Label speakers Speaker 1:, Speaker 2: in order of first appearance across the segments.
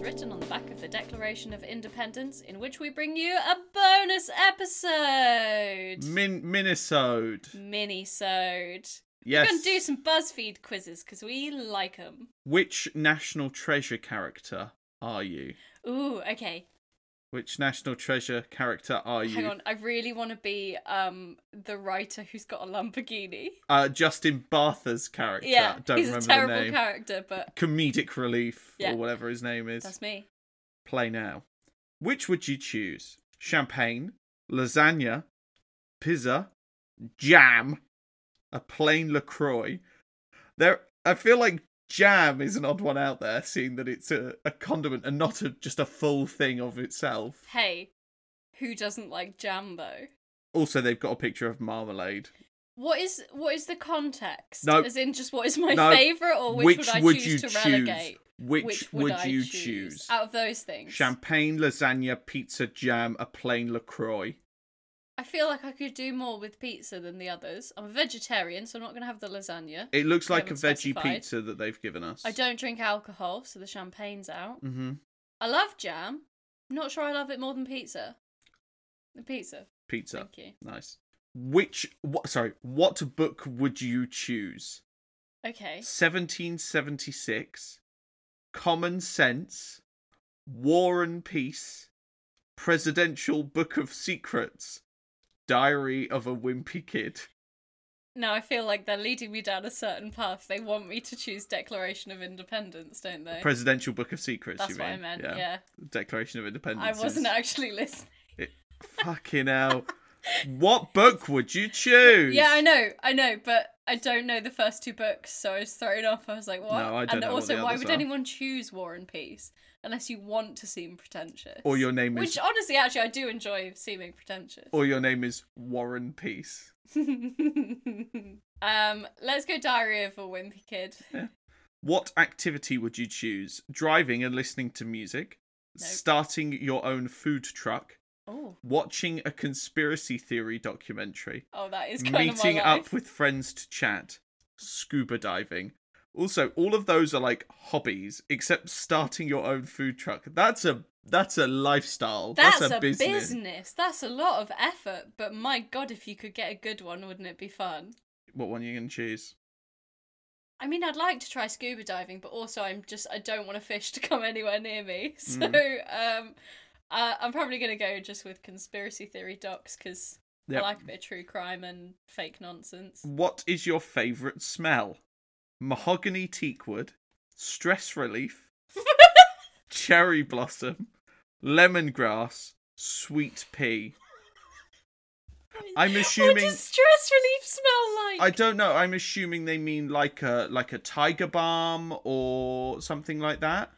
Speaker 1: written on the back of the Declaration of Independence, in which we bring you a bonus episode.
Speaker 2: Min- Minnesota.
Speaker 1: Minisode. We're
Speaker 2: Yes.
Speaker 1: going to do some BuzzFeed quizzes because we like them.
Speaker 2: Which national treasure character are you?
Speaker 1: Ooh, okay.
Speaker 2: Which national treasure character are you?
Speaker 1: Hang on. I really want to be um the writer who's got a Lamborghini.
Speaker 2: Uh, Justin Bartha's character.
Speaker 1: Yeah,
Speaker 2: Don't
Speaker 1: he's a
Speaker 2: remember
Speaker 1: terrible
Speaker 2: the name.
Speaker 1: character, but
Speaker 2: Comedic relief
Speaker 1: Yeah.
Speaker 2: or whatever his name is.
Speaker 1: that's me.
Speaker 2: Play now. Which would you choose? Champagne, lasagna, pizza, jam, a plain Lacroix. There, I feel like jam is an odd one out there, seeing that it's a, a condiment and not a, just a full thing of itself.
Speaker 1: Hey, who doesn't like jam though?
Speaker 2: Also, they've got a picture of marmalade.
Speaker 1: What is what is the context?
Speaker 2: No.
Speaker 1: As in, just what is my
Speaker 2: No.
Speaker 1: favorite, or which, would I choose to relegate?
Speaker 2: Which, would,
Speaker 1: I
Speaker 2: you
Speaker 1: choose? Oh,
Speaker 2: choose?
Speaker 1: out of those things?
Speaker 2: Champagne, lasagna, pizza, jam, a plain Lacroix.
Speaker 1: I feel like I could do more with pizza than the others. I'm a vegetarian, so I'm not gonna have the lasagna.
Speaker 2: It looks
Speaker 1: We
Speaker 2: like a
Speaker 1: haven't
Speaker 2: veggie
Speaker 1: specified.
Speaker 2: pizza that they've given us.
Speaker 1: I don't drink alcohol, so the champagne's out.
Speaker 2: Mm-hmm.
Speaker 1: I love jam. I'm not sure I love it more than pizza. The pizza.
Speaker 2: Pizza.
Speaker 1: Thank you.
Speaker 2: Nice. Which what sorry, what book would you choose?
Speaker 1: Okay.
Speaker 2: 1776, Common Sense, War and Peace, Presidential Book of Secrets, Diary of a Wimpy Kid.
Speaker 1: Now I feel like they're leading me down a certain path. They want me to choose Declaration of Independence, don't they?
Speaker 2: Presidential Book of Secrets,
Speaker 1: That's
Speaker 2: you
Speaker 1: what
Speaker 2: mean?
Speaker 1: I meant. Yeah.
Speaker 2: Declaration of Independence.
Speaker 1: I wasn't
Speaker 2: is-
Speaker 1: actually listening.
Speaker 2: Fucking hell. what book would you choose?
Speaker 1: Yeah, I know, I know, but I don't know the first two books, so I was thrown off. I was like, what?
Speaker 2: No, I don't
Speaker 1: and
Speaker 2: know what
Speaker 1: also,
Speaker 2: the
Speaker 1: why
Speaker 2: others
Speaker 1: would
Speaker 2: are.
Speaker 1: anyone choose War and Peace unless you want to seem pretentious?
Speaker 2: Or your name is
Speaker 1: Which, honestly, actually, I do enjoy seeming pretentious.
Speaker 2: or your name is Warren Peace.
Speaker 1: um, let's go Diary of a Wimpy Kid.
Speaker 2: What activity would you choose? Driving and listening to music,
Speaker 1: Nope.
Speaker 2: starting your own food truck,
Speaker 1: Oh,
Speaker 2: watching a conspiracy theory documentary,
Speaker 1: oh, that is kind
Speaker 2: meeting
Speaker 1: of my life.
Speaker 2: up with friends to chat, scuba diving. Also, all of those are like hobbies, except starting your own food truck. That's a that's a lifestyle.
Speaker 1: That's,
Speaker 2: That's, a, business.
Speaker 1: That's a lot of effort, but my god, if you could get a good one, wouldn't it be fun?
Speaker 2: What one are you gonna choose?
Speaker 1: I mean, I'd like to try scuba diving, but also I'm just I don't want a fish to come anywhere near me. So
Speaker 2: Mm-hmm.
Speaker 1: um, uh, I'm probably gonna go just with conspiracy theory docs because
Speaker 2: Yep.
Speaker 1: Oh, I like a bit of true crime and fake nonsense.
Speaker 2: What is your favourite smell? Mahogany teakwood, stress relief, cherry blossom, lemongrass, sweet pea. I'm
Speaker 1: What
Speaker 2: assuming.
Speaker 1: does stress relief smell
Speaker 2: I
Speaker 1: like?
Speaker 2: don't know. I'm assuming they mean like a like a tiger balm or something like that.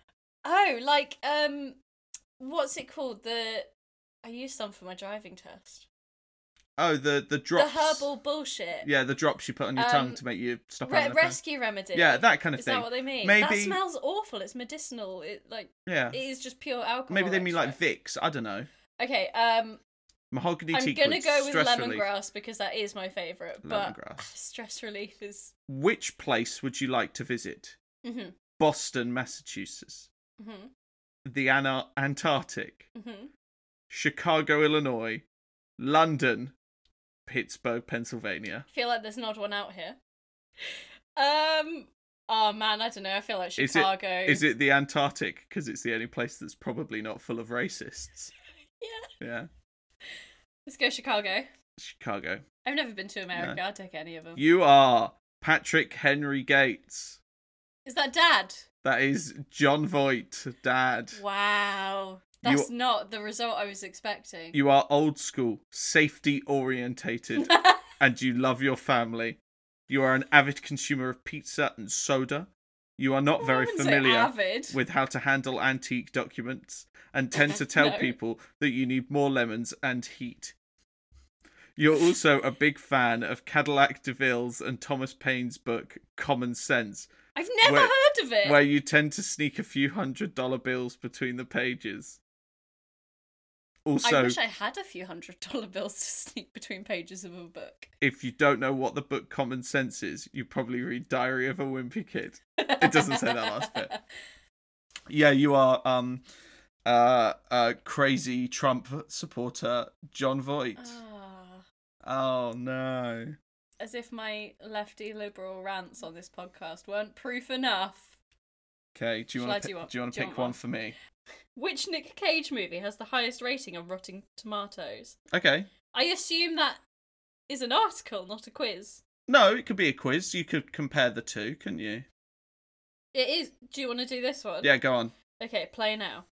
Speaker 1: Oh, like um, what's it called? The I used some for my driving test.
Speaker 2: Oh, the the drops.
Speaker 1: The herbal bullshit.
Speaker 2: Yeah, the drops you put on your
Speaker 1: Um,
Speaker 2: tongue to make you stop
Speaker 1: Re-
Speaker 2: having a pain.
Speaker 1: rescue remedy.
Speaker 2: Yeah, that kind of
Speaker 1: Is
Speaker 2: thing.
Speaker 1: that what they mean? That
Speaker 2: Maybe-
Speaker 1: smells awful. It's medicinal. It like
Speaker 2: Yeah.
Speaker 1: it is just pure alcohol.
Speaker 2: Maybe they mean like
Speaker 1: extract.
Speaker 2: Vicks. I don't know.
Speaker 1: Okay, um,
Speaker 2: Mahogany
Speaker 1: I'm
Speaker 2: teakwood.
Speaker 1: gonna go with
Speaker 2: stress
Speaker 1: lemongrass
Speaker 2: relief.
Speaker 1: because that is my favorite. But
Speaker 2: Lemongrass.
Speaker 1: stress relief is.
Speaker 2: Which place would you like to visit?
Speaker 1: hmm
Speaker 2: Boston, Massachusetts.
Speaker 1: hmm
Speaker 2: The Ana- Antarctic.
Speaker 1: hmm
Speaker 2: Chicago, Illinois. London. Pittsburgh, Pennsylvania.
Speaker 1: Feel like there's an odd one out here. Um. Oh man, I don't know. I feel like
Speaker 2: Is it-
Speaker 1: Chicago.
Speaker 2: Is it the Antarctic? Because it's the only place that's probably not full of racists.
Speaker 1: Yeah.
Speaker 2: Yeah.
Speaker 1: Let's go Chicago.
Speaker 2: Chicago.
Speaker 1: I've never been to America. I'll take any of them.
Speaker 2: You are Patrick Henry Gates.
Speaker 1: Is that Dad?
Speaker 2: That is John Voight, Dad.
Speaker 1: Wow.
Speaker 2: You-
Speaker 1: That's not the result I was expecting.
Speaker 2: You are old school, safety orientated, and you love your family. You are an avid consumer of pizza and soda. You are not
Speaker 1: I
Speaker 2: very
Speaker 1: wouldn't say
Speaker 2: familiar
Speaker 1: avid.
Speaker 2: with how to handle antique documents and tend to tell
Speaker 1: No.
Speaker 2: people that you need more lemons and heat. You're also a big fan of Cadillac DeVille's and Thomas Paine's book, Common Sense,
Speaker 1: I've never
Speaker 2: where-
Speaker 1: heard of it.
Speaker 2: where you tend to sneak a few hundred dollar bills between the pages.
Speaker 1: I
Speaker 2: Also,
Speaker 1: wish I had a few hundred dollar bills to sneak between pages of a book.
Speaker 2: if you don't know what the book Common Sense is, you probably read Diary of a Wimpy Kid. It doesn't say that last bit. Yeah, you are um uh uh crazy Trump supporter John Voight.
Speaker 1: Ah,
Speaker 2: Oh no.
Speaker 1: as if my lefty liberal rants on this podcast weren't proof enough.
Speaker 2: Okay, do you
Speaker 1: Shall I
Speaker 2: want
Speaker 1: do
Speaker 2: to
Speaker 1: one-
Speaker 2: do you want
Speaker 1: do
Speaker 2: to
Speaker 1: you want
Speaker 2: pick one
Speaker 1: one?
Speaker 2: for me?
Speaker 1: Which Nick Cage movie has the highest rating on Rotting Tomatoes?
Speaker 2: Okay.
Speaker 1: I assume that is an article, not a quiz.
Speaker 2: No, it could be a quiz. You could compare the two, couldn't you?
Speaker 1: It is. Do you want to do this one?
Speaker 2: Yeah, go on.
Speaker 1: Okay, play now.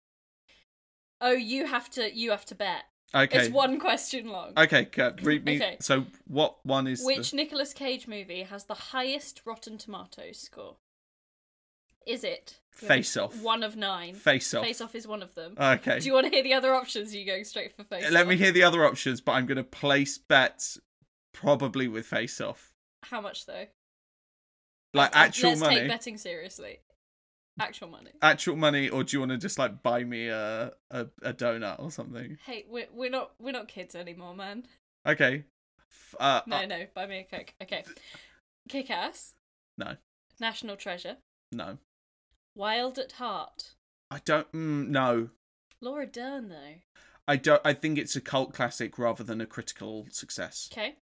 Speaker 1: Oh, you have to. You have to bet.
Speaker 2: Okay.
Speaker 1: It's one question long.
Speaker 2: Okay, go- read me.
Speaker 1: Okay.
Speaker 2: So what one is the-
Speaker 1: Which Nicolas Cage movie has the highest Rotten Tomatoes score? Is it
Speaker 2: Face Off.
Speaker 1: One of nine.
Speaker 2: Face Off.
Speaker 1: Face Off is one of them.
Speaker 2: Okay.
Speaker 1: Do you want to hear the other options? Or are you going straight for Face
Speaker 2: Let
Speaker 1: Off?
Speaker 2: me hear the other options, but I'm going to place bets probably with Face Off.
Speaker 1: How much though?
Speaker 2: Like
Speaker 1: Let's-
Speaker 2: actual
Speaker 1: let's
Speaker 2: money.
Speaker 1: take betting seriously. Actual money.
Speaker 2: actual money or do you want to just like buy me a, a a donut or something
Speaker 1: Hey, we're we're not we're not kids anymore, man.
Speaker 2: okay F- uh,
Speaker 1: No,
Speaker 2: uh,
Speaker 1: no. Buy me a coke. Okay. Kick ass.
Speaker 2: No.
Speaker 1: National Treasure.
Speaker 2: no
Speaker 1: Wild at Heart.
Speaker 2: i don't mm, no
Speaker 1: Laura Dern though.
Speaker 2: i don't i think it's a cult classic rather than a critical success
Speaker 1: Okay.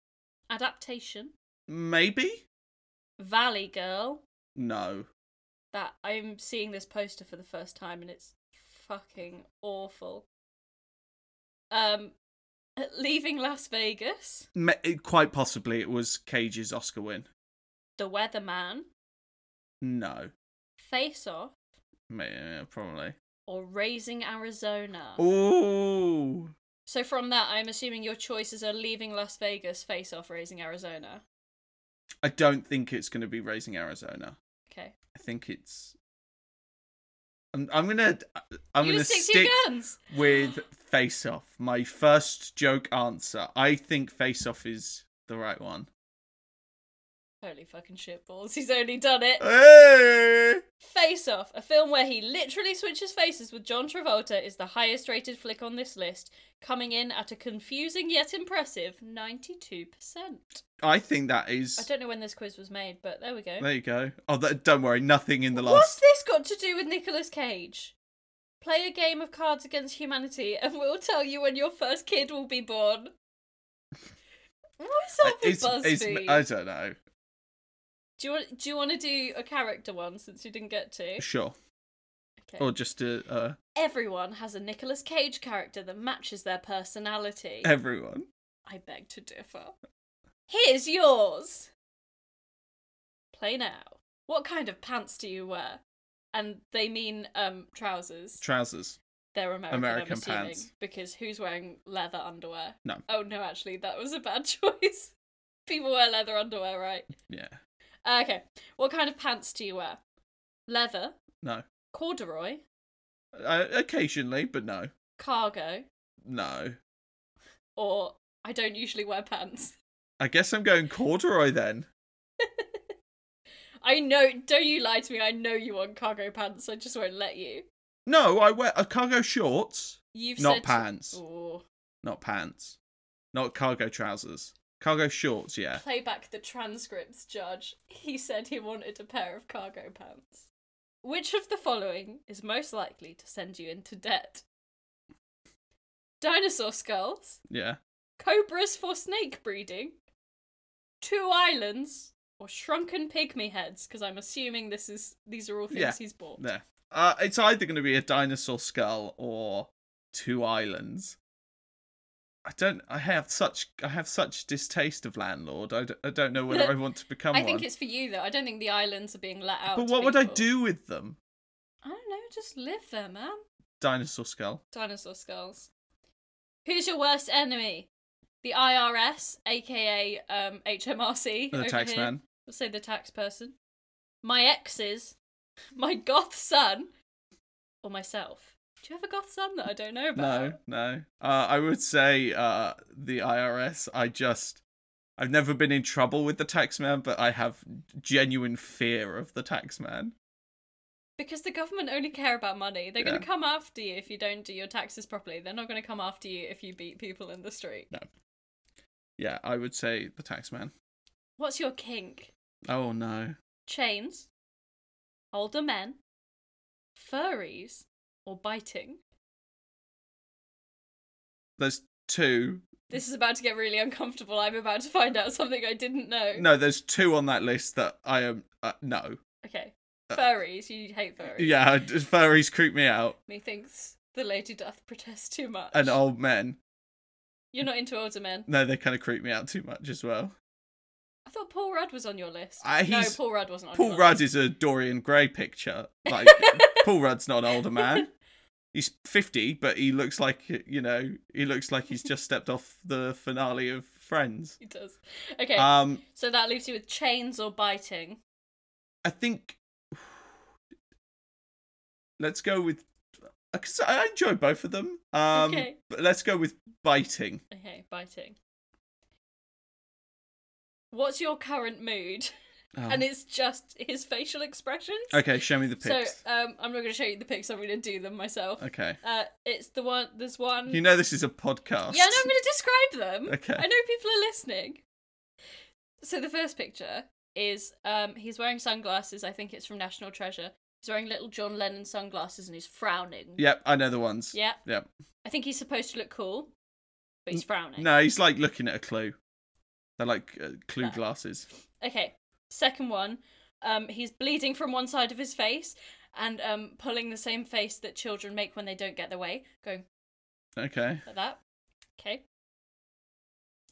Speaker 1: Adaptation.
Speaker 2: maybe
Speaker 1: Valley Girl.
Speaker 2: no
Speaker 1: That I'm seeing this poster for the first time and it's fucking awful. Um Leaving Las Vegas.
Speaker 2: Me- it- quite possibly it was cage's oscar win
Speaker 1: The Weatherman.
Speaker 2: no
Speaker 1: Face Off.
Speaker 2: Me- yeah, probably
Speaker 1: Or Raising Arizona.
Speaker 2: oh
Speaker 1: So from that I'm assuming your choices are leaving Las Vegas, face off, raising Arizona.
Speaker 2: i don't think it's going to be raising arizona
Speaker 1: Okay.
Speaker 2: i think it's i'm, I'm gonna i'm
Speaker 1: you
Speaker 2: gonna
Speaker 1: just stick, to
Speaker 2: stick
Speaker 1: your guns.
Speaker 2: with Face Off. My first joke answer. I think Face Off is the right one.
Speaker 1: Holy fucking shit balls. He's only done it
Speaker 2: Hey!
Speaker 1: Face Off, a film where he literally switches faces with John Travolta, is the highest rated flick on this list, coming in at a confusing yet impressive 92%.
Speaker 2: I think that
Speaker 1: I
Speaker 2: is.
Speaker 1: don't know when this quiz was made, but there we go.
Speaker 2: There you go. Oh, that, don't worry. Nothing in the
Speaker 1: What's
Speaker 2: last.
Speaker 1: this got to do with Nicolas Cage? Play a game of cards against humanity and we'll tell you when your first kid will be born. What is
Speaker 2: Uh,
Speaker 1: that for
Speaker 2: it's- it's-
Speaker 1: BuzzFeed?
Speaker 2: I don't know.
Speaker 1: do you want do you want to do a character one since you didn't get to?
Speaker 2: Sure.
Speaker 1: Okay.
Speaker 2: Or just a, uh,
Speaker 1: Everyone has a Nicolas Cage character that matches their personality.
Speaker 2: everyone.
Speaker 1: I beg to differ. Here's yours. Play now. What kind of pants do you wear? And they mean um trousers.
Speaker 2: Trousers.
Speaker 1: They're American,
Speaker 2: American
Speaker 1: I'm assuming,
Speaker 2: pants.
Speaker 1: because who's wearing leather underwear?
Speaker 2: No.
Speaker 1: Oh no, actually, that was a bad choice. People wear leather underwear, right?
Speaker 2: Yeah.
Speaker 1: Okay. What kind of pants do you wear? Leather,
Speaker 2: No.
Speaker 1: corduroy,
Speaker 2: Uh, occasionally, but no.
Speaker 1: cargo,
Speaker 2: No.
Speaker 1: or I don't usually wear pants.
Speaker 2: I guess I'm going corduroy then.
Speaker 1: I know. Don't you lie to me. I know you want cargo pants. I just won't let you.
Speaker 2: No, I wear uh, cargo shorts,
Speaker 1: You've
Speaker 2: not
Speaker 1: said
Speaker 2: pants.
Speaker 1: Ooh.
Speaker 2: not pants, not cargo trousers, cargo shorts. Yeah,
Speaker 1: Play back the transcripts, Judge. He said he wanted a pair of cargo pants. Which of the following is most likely to send you into debt? Dinosaur skulls,
Speaker 2: yeah.
Speaker 1: cobras for snake breeding, two islands, or shrunken pygmy heads. Because I'm assuming this is these are all things
Speaker 2: Yeah.
Speaker 1: he's bought.
Speaker 2: There. Uh, it's either going to be a dinosaur skull or two islands. I don't. I have such. I have such distaste of landlord. I, d- I don't know whether I want to become
Speaker 1: I
Speaker 2: one.
Speaker 1: think it's for you though. I don't think the islands are being let out.
Speaker 2: but
Speaker 1: to
Speaker 2: what would I
Speaker 1: people.
Speaker 2: do with them?
Speaker 1: I don't know. Just live there, man.
Speaker 2: Dinosaur skull.
Speaker 1: Dinosaur skulls. Who's your worst enemy? The IRS, aka um, HMRC.
Speaker 2: The
Speaker 1: over
Speaker 2: tax
Speaker 1: here.
Speaker 2: man.
Speaker 1: We'll say the tax person. My exes, my goth son, or myself. Do you have a goth son that I don't know about?
Speaker 2: No, no. Uh, I would say uh, the IRS. I just. I've never been in trouble with the tax man, but I have genuine fear of the tax man.
Speaker 1: Because the government only care about money. They're going
Speaker 2: Yeah.
Speaker 1: to come after you if you don't do your taxes properly. They're not going to come after you if you beat people in the street.
Speaker 2: Yeah, I would say the tax man.
Speaker 1: What's your kink?
Speaker 2: Oh no.
Speaker 1: Chains, older men, furries, or biting?
Speaker 2: There's two.
Speaker 1: This is about to get really uncomfortable. I'm about to find out something I didn't know.
Speaker 2: No, there's two on that list that I am. Uh, no.
Speaker 1: Okay.
Speaker 2: Uh,
Speaker 1: Furries, you hate furries.
Speaker 2: Yeah, d- furries creep me out.
Speaker 1: Methinks the lady doth protest too much.
Speaker 2: And old men.
Speaker 1: You're not into older men.
Speaker 2: No, they kind of creep me out too much as well.
Speaker 1: I thought Paul Rudd was on your list.
Speaker 2: Uh,
Speaker 1: no,
Speaker 2: he's-
Speaker 1: Paul Rudd wasn't on
Speaker 2: Paul
Speaker 1: your
Speaker 2: Rudd
Speaker 1: list.
Speaker 2: is a Dorian Gray picture. Like, Paul Rudd's not an older man. He's 50, but he looks like, you know, he looks like he's just stepped off the finale of Friends.
Speaker 1: He does. Okay,
Speaker 2: Um,
Speaker 1: so that leaves you with chains or biting.
Speaker 2: I think let's go with because I enjoy both of them. Um,
Speaker 1: Okay.
Speaker 2: but let's go with biting.
Speaker 1: Okay, biting. What's your current mood?
Speaker 2: Oh.
Speaker 1: And it's just his facial expressions.
Speaker 2: okay, show me the
Speaker 1: So
Speaker 2: pics.
Speaker 1: um, I'm not going to show you the pics. I'm going to do them myself.
Speaker 2: okay,
Speaker 1: Uh, it's the one. There's one.
Speaker 2: you know this is a podcast.
Speaker 1: um, Yeah, no, I'm going to describe them.
Speaker 2: Okay.
Speaker 1: I know people are listening. So the first picture is um he's wearing sunglasses. I think it's from National Treasure. He's wearing little John Lennon sunglasses and he's frowning.
Speaker 2: Yep, I know the ones.
Speaker 1: Yeah.
Speaker 2: Yep.
Speaker 1: I think he's supposed to look cool, but he's frowning.
Speaker 2: No, he's like looking at a clue. They're like uh, clue
Speaker 1: No.
Speaker 2: glasses.
Speaker 1: Okay. Second one. Um, he's bleeding from one side of his face and um pulling the same face that children make when they don't get their way, going
Speaker 2: Okay.
Speaker 1: like that. Okay.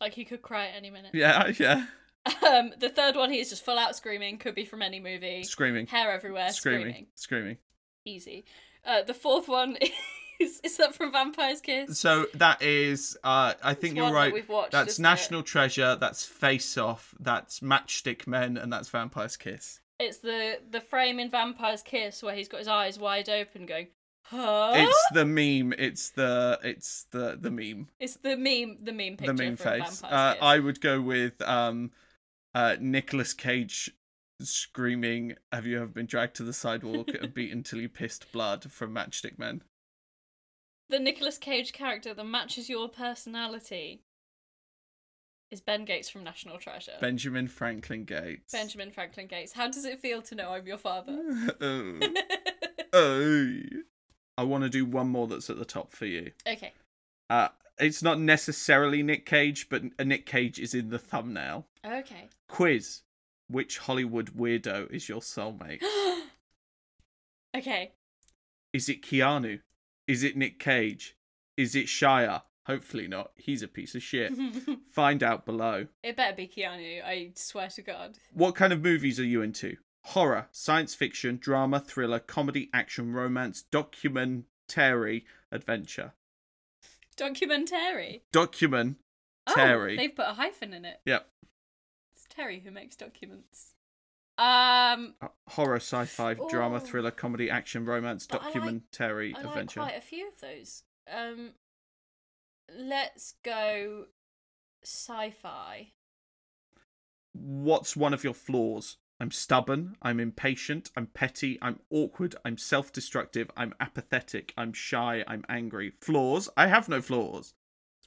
Speaker 1: Like he could cry at any minute.
Speaker 2: Yeah, yeah.
Speaker 1: Um, the third one, he is just full out screaming. Could be from any movie.
Speaker 2: Screaming,
Speaker 1: Hair everywhere,
Speaker 2: screaming,
Speaker 1: screaming.
Speaker 2: screaming.
Speaker 1: Easy. Uh, the fourth one is is that from Vampire's Kiss?
Speaker 2: So that is, uh, I think
Speaker 1: It's
Speaker 2: you're
Speaker 1: one
Speaker 2: right.
Speaker 1: That we've watched.
Speaker 2: that's
Speaker 1: isn't
Speaker 2: National Treasure. That's Face Off. That's Matchstick Men, and that's Vampire's Kiss.
Speaker 1: It? It's the the frame in Vampire's Kiss where he's got his eyes wide open, going, "Huh."
Speaker 2: It's the meme. It's the it's the the meme.
Speaker 1: It's the meme, the meme picture
Speaker 2: the meme
Speaker 1: from
Speaker 2: face. Uh,
Speaker 1: Vampire's Kiss.
Speaker 2: I would go with um, uh, Nicolas Cage screaming, "Have you ever been dragged to the sidewalk and beaten till you pissed blood?" from Matchstick Men.
Speaker 1: The Nicolas Cage character that matches your personality is Ben Gates from National Treasure.
Speaker 2: Benjamin Franklin Gates.
Speaker 1: Uh, Benjamin Franklin Gates. How does it feel to know I'm your father?
Speaker 2: oh, oh. I want to do one more that's at the top for you.
Speaker 1: okay.
Speaker 2: Uh, it's not necessarily Nick Cage, but a Nick Cage is in the thumbnail.
Speaker 1: Okay.
Speaker 2: Quiz: Which Hollywood weirdo is your soulmate?
Speaker 1: okay.
Speaker 2: Is it Keanu? Is it Nick Cage? Is it Shia? Hopefully not. He's a piece of shit. Find out below.
Speaker 1: It better be Keanu, I swear to God.
Speaker 2: What kind of movies are you into? Horror, science fiction, drama, thriller, comedy, action, romance, documentary, adventure.
Speaker 1: Documentary.
Speaker 2: Document. Terry.
Speaker 1: Oh, they've put a hyphen in it.
Speaker 2: Yep.
Speaker 1: It's Terry who makes documents. Um,
Speaker 2: Uh, Horror, sci-fi, drama,
Speaker 1: Ooh.
Speaker 2: thriller, comedy, action, romance,
Speaker 1: Oh. But I like-
Speaker 2: documentary,
Speaker 1: I like
Speaker 2: e, adventure.
Speaker 1: quite a few of those. Um, let's go sci-fi.
Speaker 2: What's one of your flaws? I'm stubborn, I'm impatient, I'm petty, I'm awkward, I'm self destructive, I'm apathetic, I'm shy, I'm angry. Flaws? I have no flaws.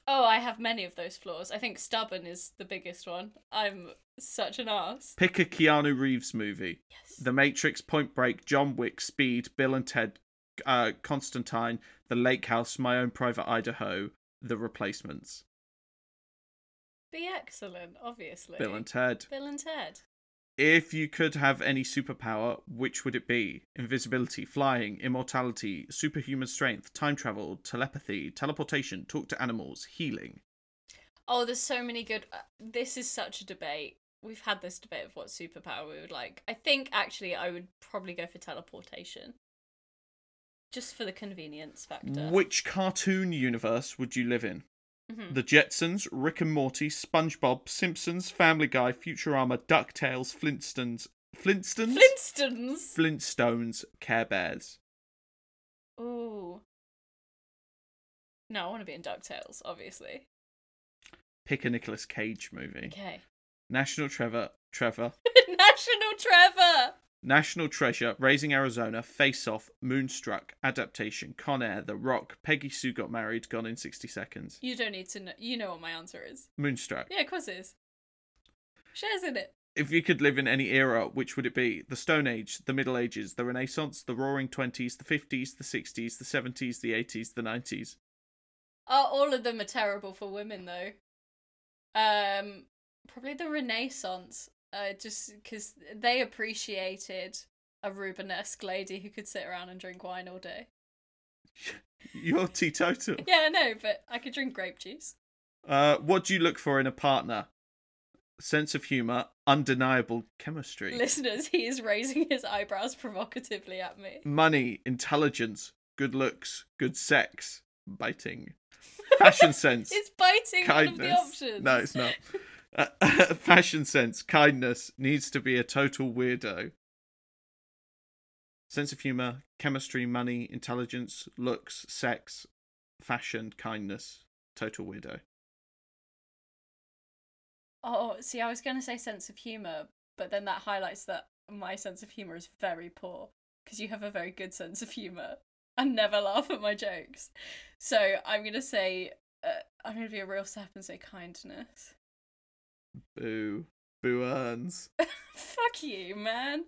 Speaker 1: Oh, I have many of those flaws. I think stubborn is the biggest one. I'm such an ass.
Speaker 2: Pick a Keanu Reeves movie
Speaker 1: Yes.
Speaker 2: The Matrix, Point Break, John Wick, Speed, Bill and Ted, uh, Constantine, The Lake House, My Own Private Idaho, The Replacements.
Speaker 1: Be excellent, obviously.
Speaker 2: Bill and Ted.
Speaker 1: Bill and Ted.
Speaker 2: If you could have any superpower, which would it be? Invisibility, flying, immortality, superhuman strength, time travel, telepathy, teleportation, talk to animals, healing.
Speaker 1: Oh, there's so many good. Uh, this is such a debate. We've had this debate of what superpower we would like. I think actually I would probably go for teleportation. Just for the convenience factor.
Speaker 2: Which cartoon universe would you live in?
Speaker 1: Mhm.
Speaker 2: The Jetsons, Rick and Morty, SpongeBob, Simpsons, Family Guy, Futurama, DuckTales, Flintstones, Flintstones,
Speaker 1: Flintstones.
Speaker 2: Flintstones, Care Bears.
Speaker 1: Ooh. No, I want to be in DuckTales, obviously.
Speaker 2: Pick a Nicolas Cage movie.
Speaker 1: Okay.
Speaker 2: National Trevor, Trevor,
Speaker 1: National Trevor!
Speaker 2: National Treasure, Raising Arizona, Face Off, Moonstruck, Adaptation, Con Air, The Rock, Peggy Sue Got Married, Gone in 60 Seconds.
Speaker 1: You don't need to know. You know what my answer is.
Speaker 2: Moonstruck.
Speaker 1: Yeah, of course it is. Shares in it.
Speaker 2: if you could live in any era, which would it be? The Stone Age, the Middle Ages, the Renaissance, the Roaring Twenties, the Fifties, the Sixties, the Seventies, the Eighties, the Nineties.
Speaker 1: Oh, all of them are terrible for women though. Um, probably the Renaissance. Uh, just because they appreciated a Rubenesque lady who could sit around and drink wine all day.
Speaker 2: You're teetotal.
Speaker 1: Yeah, I know, but I could drink grape juice.
Speaker 2: Uh, what do you look for in a partner? Sense of humor, undeniable chemistry,
Speaker 1: Listeners, he is raising his eyebrows provocatively at me.
Speaker 2: money, intelligence, good looks, good sex, biting, fashion sense,
Speaker 1: It's biting one of the
Speaker 2: kindness.
Speaker 1: options.
Speaker 2: No, it's not. Uh, fashion sense, kindness needs to be a total weirdo. Sense of humor, chemistry, money, intelligence, looks, sex, fashion, kindness, total weirdo.
Speaker 1: Oh, see, I was going to say sense of humor, but then that highlights that my sense of humor is very poor because you have a very good sense of humor and never laugh at my jokes. So I'm going to say, uh, I'm going to be a real sap and say kindness.
Speaker 2: Boo, boo earns.
Speaker 1: Fuck you, man.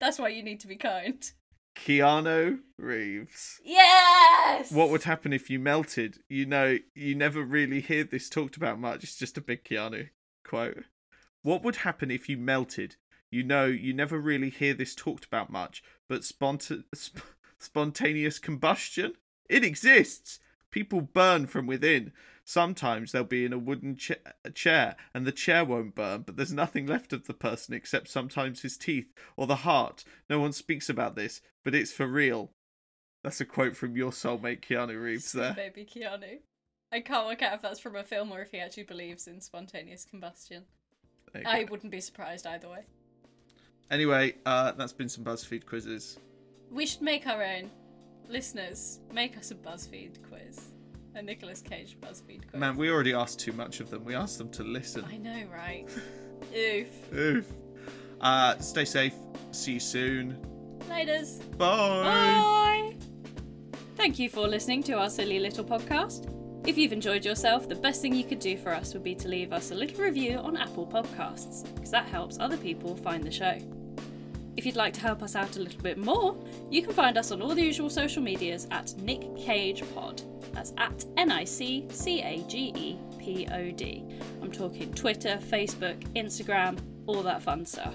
Speaker 1: That's why you need to be kind.
Speaker 2: Keanu Reeves.
Speaker 1: Yes!
Speaker 2: What would happen if you melted? You know, you never really hear this talked about much. It's just a big Keanu quote. What would happen if you melted? You know, you never really hear this talked about much, but sponta- sp- spontaneous combustion? It exists! People burn from within. Sometimes they'll be in a wooden cha- a chair and the chair won't burn, but there's nothing left of the person except sometimes his teeth or the heart. No one speaks about this, but it's for real. That's a quote from your soulmate Keanu Reeves
Speaker 1: Sweet
Speaker 2: there.
Speaker 1: Baby Keanu. I can't work out if that's from a film or if he actually believes in spontaneous combustion.
Speaker 2: There you
Speaker 1: I
Speaker 2: go.
Speaker 1: wouldn't be surprised either way.
Speaker 2: Anyway, uh, that's been some BuzzFeed quizzes.
Speaker 1: We should make our own. Listeners, make us a BuzzFeed quiz. A Nicolas Cage BuzzFeed quiz.
Speaker 2: Man, we already asked too much of them. We asked them to listen.
Speaker 1: I know, right? Oof.
Speaker 2: Oof. Uh, stay safe. See you soon.
Speaker 1: Laters. Bye.
Speaker 2: Bye.
Speaker 1: Thank you for listening to our silly little podcast. If you've enjoyed yourself, the best thing you could do for us would be to leave us a little review on Apple Podcasts, because that helps other people find the show. If you'd like to help us out a little bit more, you can find us on all the usual social medias at Nick Cage Pod. That's at N I C C A G E P O D. I'm talking Twitter, Facebook, Instagram, all that fun stuff.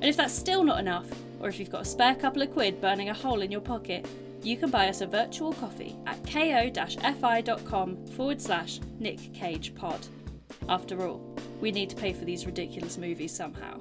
Speaker 1: And if that's still not enough, or if you've got a spare couple of quid burning a hole in your pocket, you can buy us a virtual coffee at ko-fi.com forward slash Nick Cage Pod. After all, we need to pay for these ridiculous movies somehow.